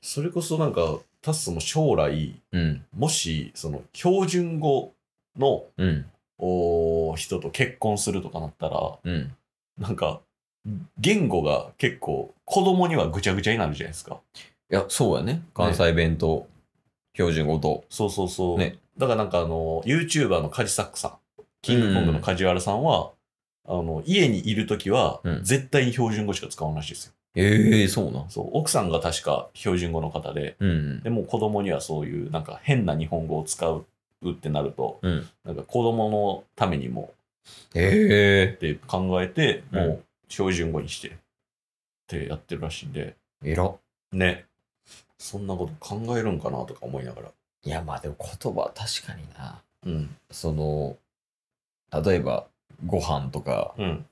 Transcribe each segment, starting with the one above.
それこそなんか、タッスも将来、うん。もし、その、標準語のうん。おー人と結婚するとかなったら、うん。なんか、言語が結構、子供にはぐちゃぐちゃになるじゃないですか。いや、そうやね。関西弁と、標準語と。そうそうそう。ねだからなんかあの、YouTuber のカジサックさん、キングコングのカジワラさんは、あの、家にいるときはう、ん絶対に標準語しか使わないらしいですよ。ええそうなん。そう、奥さんが確か標準語の方で、うん。でもう子供にはそういうなんか変な日本語を使うってなると、うん。なんか子供のためにもえって考えて、うんもう標準語にしてってやってるらしいんで、ええらっ。ね。そんなこと考えるんかなとか思いながら。いや、まあでも言葉は確かにな。うん。その、例えば、ご飯とか、うん。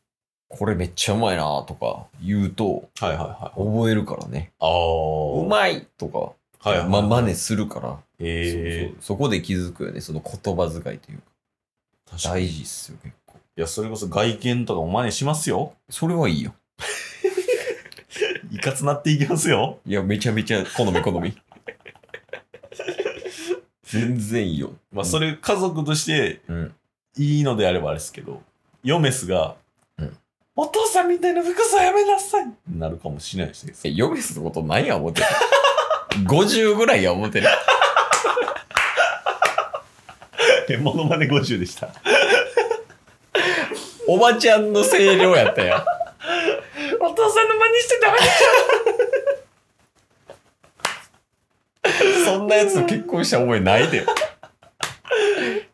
これめっちゃうまいなとか言うと、はいはいはい。覚えるからね。あうあ。まいとか、はいはい。ま、真似するから、えそうそうそこで気づくよね、その言葉遣いというか。え確かに。大い事っすよ、結構。や、それこそ外見とかも真似しますよ。それはいいよ。いかつなっていきますよ。いや、めちゃめちゃ好み好み。全然いいよ。まあ、それ家族としてうんいいのであればあれですけど、ヨメスが、うんお父さんみたいな服装やめなさいってなるかもしれないですね。え、嫁すことないや思ってる。50ぐらいや思ってる。え、 モノマネ50でした。おばちゃんの声量やったやお父さんの真似してダメだん。そんなやつと結婚した覚えないで。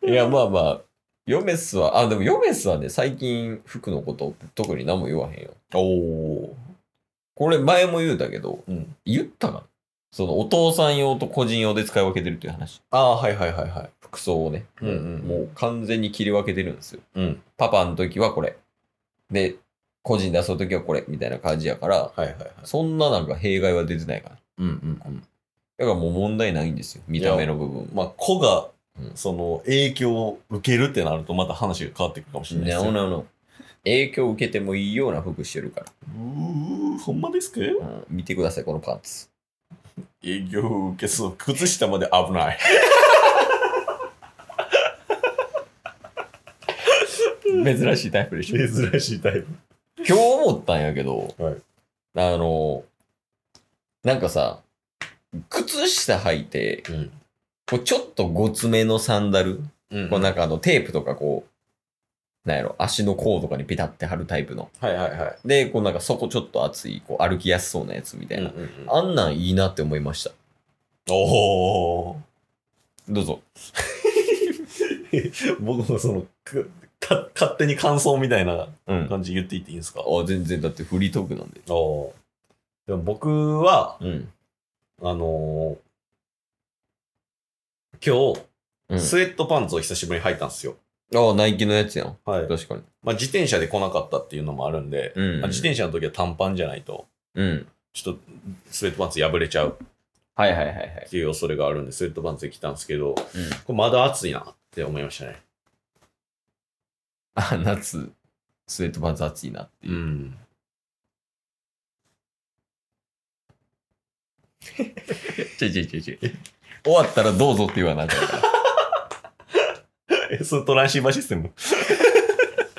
いや、まあまあ、嫁すは、あ、でも嫁すはね、最近服のこと特に何も言わへんよ。おおこれ前も言うたけど、ー。うん。言ったかなそのお父さん用と個人用で使い分けてるっていう話。ああ、はいはいはいはい。服装をね。うんうんもう完全に切り分けてるんですよ。うん。パパの時はこれ。で、個人で遊ぶ時はこれ。みたいな感じやから、はいはいはい。そんななんか弊害は出てないから。うんうんうん。だからもう問題ないんですよ。見た目の部分。まあ、子がう、んその、影響を受けるってなると、また話が変わってくるかもしれないですなおよ。なおの。影響を受けてもいいような服してるかうーほんまですから。うん、見てください、このパンツ。営業を受けそう靴下まで危ない 珍しいタイプでし ょ。珍しいタイプ今日思ったんやけど、はいあの、なんかさ、靴下履いて、うんこうちょっとごつめのサンダル、うんこうなんかあのテープとかこう、なんやろ、足の甲とかにピタって貼るタイプの。はいはいはい、で、こうなんかそこちょっと厚い、こう歩きやすそうなやつみたいな。ああんなんいいなって思いました。おおどうぞ。 僕もそのくか勝手に感想みたいなうん。感じ言っていっていいんですかあ、全然だってフリートークなんで。おおでも僕はうん。あのー今う日ん、スウェットパンツを久しぶりに履いたんですよ、あ、ナイキのやつやん。はい確かに。まあ、自転車で来なかったっていうのもあるんで、うん。まあ、自転車の時は短パンじゃないとうん。ちょっとスウェットパンツ破れちゃうはいはいはいはいっ。ていう恐れがあるんで、スウェットパンツで来たんですけど、こうんれまだ暑いなって思いましたね。 あ、夏、スウェットパンツ暑いなっていう。ん。ちょいちょいちょいちょい。終わったらどうぞって言わなきゃいけない。 え、そのトランシーバーシステム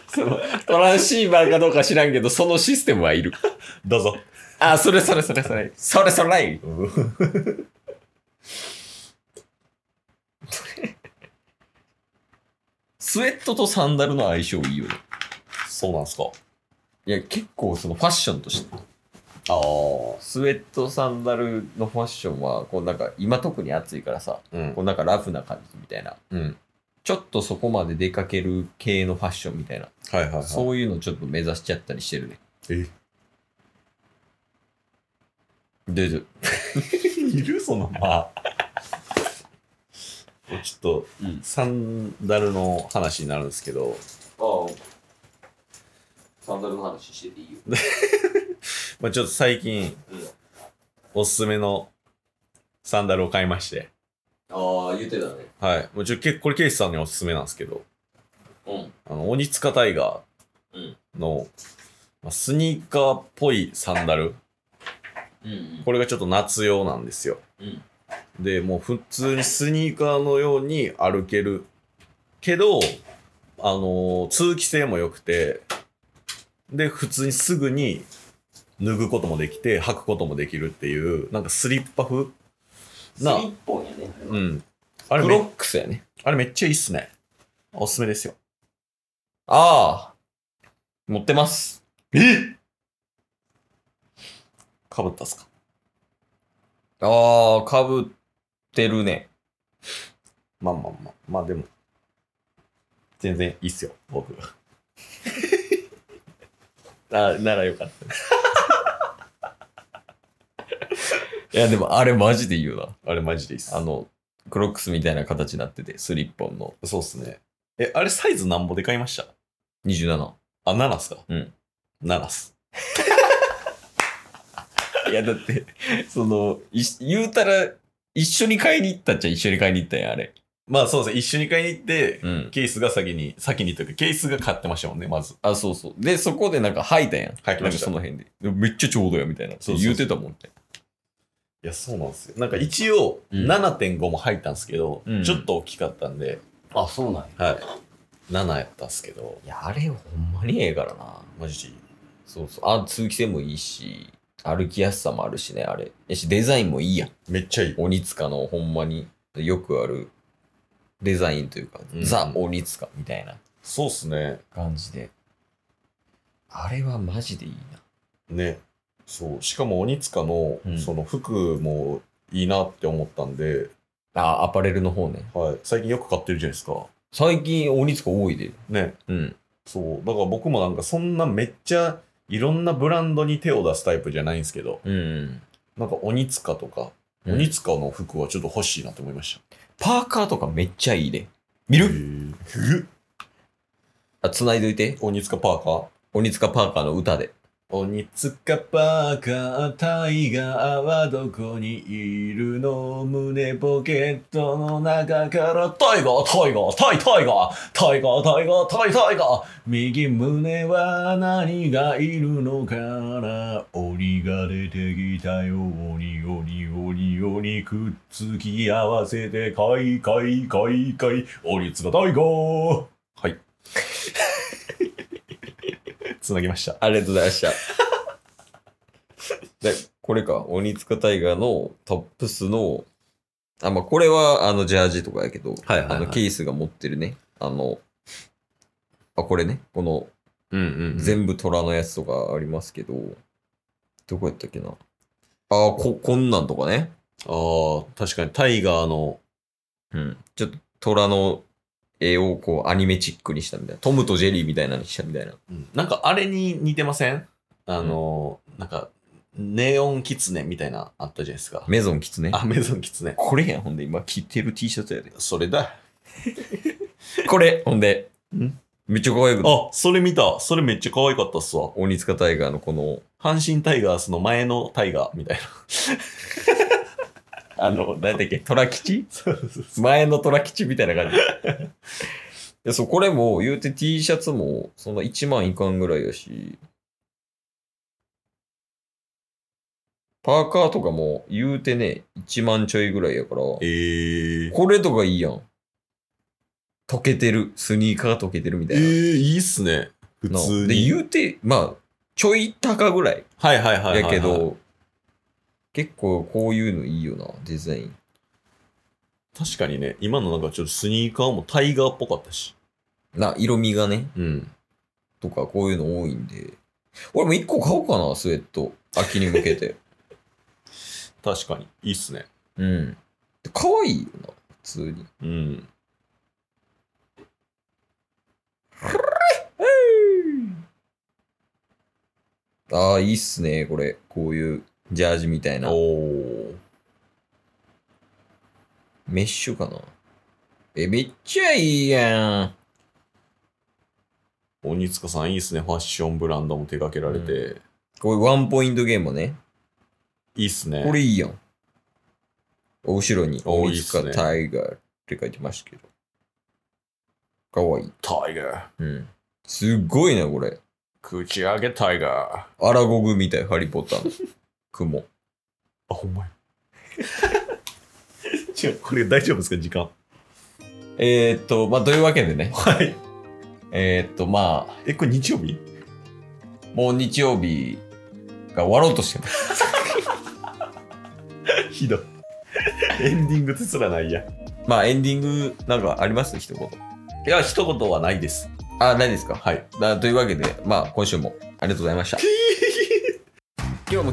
その、 トランシーバーかどうか知らんけど、そのシステムはいる。どうぞ。あ、それそれそれそれ。それそれスウェットとサンダルの相性いいよね。そうなんすか。いや、結構そのファッションとして。ああ。スウェット、サンダルのファッションは、こうなんか、今特に暑いからさ、うん。こうなんかラフな感じみたいな。うん。ちょっとそこまで出かける系のファッションみたいな。はいはいはい。そういうのちょっと目指しちゃったりしてるね。え で、でいるその まあ。ちょっと、うんサンダルの話になるんですけど、ああ。サンダルの話してていいよ。まあ、ちょっと最近、おすすめのサンダルを買いまして、ああ、言ってたね。はい。もうちょ、けこれケイスさんにおすすめなんですけど、うん。あの、鬼塚タイガーの、まあスニーカーっぽいサンダルうんこれがちょっと夏用なんですよ。うんで、もう普通にスニーカーのように歩ける。けど、あのー通気性も良くて、で、普通にすぐに脱ぐこともできて、履くこともできるっていう、なんかスリッパ風な、スリッポンやね。うん。あれクめロックスやね。あれめっちゃいいっすね。おすすめですよ。ああ。持ってます。えかぶったっすかああ、かぶってるね。まあまあまあ。まあでも、全然いいっすよ、僕。あならよかった。いや、でもあれマジで言うな。あれマジでいいっす。あの、クロックスみたいな形になってて、スリッポンのそうっすね。え、あれサイズなんぼで買いました27。あ、7っすかうん。 7っす。いや、だって、その、い言うたら、一緒に買いに行ったっちゃ一緒に買いに行ったんや、あれ。まあそうですね。一緒に買いに行って、うん。ケースが先に、先にというか、ケースが買ってましたもんね、まず。あ、そうそう。で、そこでなんか吐いたんやん。吐きましたなんかその辺で。でもめっちゃちょうどや、みたいな。そうそうそう言うてたもんね。いや、そうなんですよ。なんか一応、うん7.5も入ったんですけど、うんちょっと大きかったんで、あ、そうなんや。はい。7やったんですけど、いや、あれほんまにええからな。マジでいい。そうそう。あ、通気性もいいし、歩きやすさもあるしね、あれ。やし、デザインもいいやん。めっちゃいい。鬼塚のほんまによくあるデザインというか、うんザ・鬼塚みたいなそうっすね。感じで。あれはマジでいいな。ね。そう。しかも、鬼塚の、うんその服もいいなって思ったんで、あ、アパレルの方ね。はい。最近よく買ってるじゃないですか。最近鬼塚多いで。ね。うん。そう。だから僕もなんか、そんなめっちゃ、いろんなブランドに手を出すタイプじゃないんですけど、うん。なんか、鬼塚とか、うん鬼塚の服はちょっと欲しいなと思いました。パーカーとかめっちゃいいで。見へるーふっあ、繋いどいて。鬼塚パーカー鬼塚パーカーの歌で。鬼塚パーカータイガーはどこにいるの胸ポケットの中からタイガータイガータイタイガータイガータイガータイタイガー右胸は何がいるのかな鬼が出てきたよ鬼鬼鬼鬼くっつき合わせてカイカイカイカイ鬼塚タイガーはいつなぎましたありがとうございました。で、これか、鬼塚タイガーのトップスの、あ、まあ、これは、あの、ジャージとかやけど、はいはいはいあの、ケースが持ってるね、あの、あ、これね、この、うんうんうん全部虎のやつとかありますけど、どこやったっけな。あ、こ、こんなんとかね。ああ、確かにタイガーの、うん。ちょっと、虎の絵をこう、アニメチックにしたみたいな。トムとジェリーみたいなのにしたみたいな。なんかあれに似てませんあの、なんか、ネオンキツネみたいなあったじゃないですか。メゾンキツネ。あ、メゾンキツネ。これやん、ほんで、今着てる T シャツやで。それだ。これ、ほんでん、めっちゃ可愛くないあ、それ見た。それめっちゃ可愛かったっすわ。鬼塚タイガーのこの、阪神タイガースの前のタイガーみたいな。あの、何だっけ、虎吉そうそうそう。前の虎吉みたいな感じ。い や、そう、これも、言うて T シャツも、そんな1万いかんぐらいやし、パーカーとかも、言うてね、1万ちょいぐらいやから、こええれとかいいやん。溶けてる。スニーカー溶けてるみえたいな。えいいっすね。普の通で、に。言うて、まあ、ちょい高ぐらい。はいはいはいはいやはい。けど、結構こういうのいいよな、デザイン。確かにね、今のなんかちょっとスニーカーもタイガーっぽかったし。な、色味がね、うん。とかこういうの多いんで。俺も一個買おうかな、スウェット。秋に向 けて。確かに。いいっすね。うん。で可愛いよな、普通に。うん。ああ、いいっすね、これ。こういうジャージみたいな。おー。メッシュかな。え、めっちゃいいやん。鬼塚さんいいですねファッションブランドも手掛けられて、こういうワンポイントゲームね。いいっすねこれいいやん。お後ろに、お大いいっす塚ねタイガーって書いてましたけど。可愛い。タイガうん。すっごいな、これ。ー口上げタイガアラゴグみたい、ハリーポッターの雲。あ、ほんまや。 違う、これ大丈夫ですか時間。えーっと、まあ、というわけでね、はい。えーっと、まあ、え、これ日曜日もう日曜日が終わろうとしてます。ひどい。エンディングですらないや。まあ、エンディングなんかあります一言。いや、一言はないです。あ、ないですかはい。だというわけで、まあ、今週もありがとうござい ました。今日も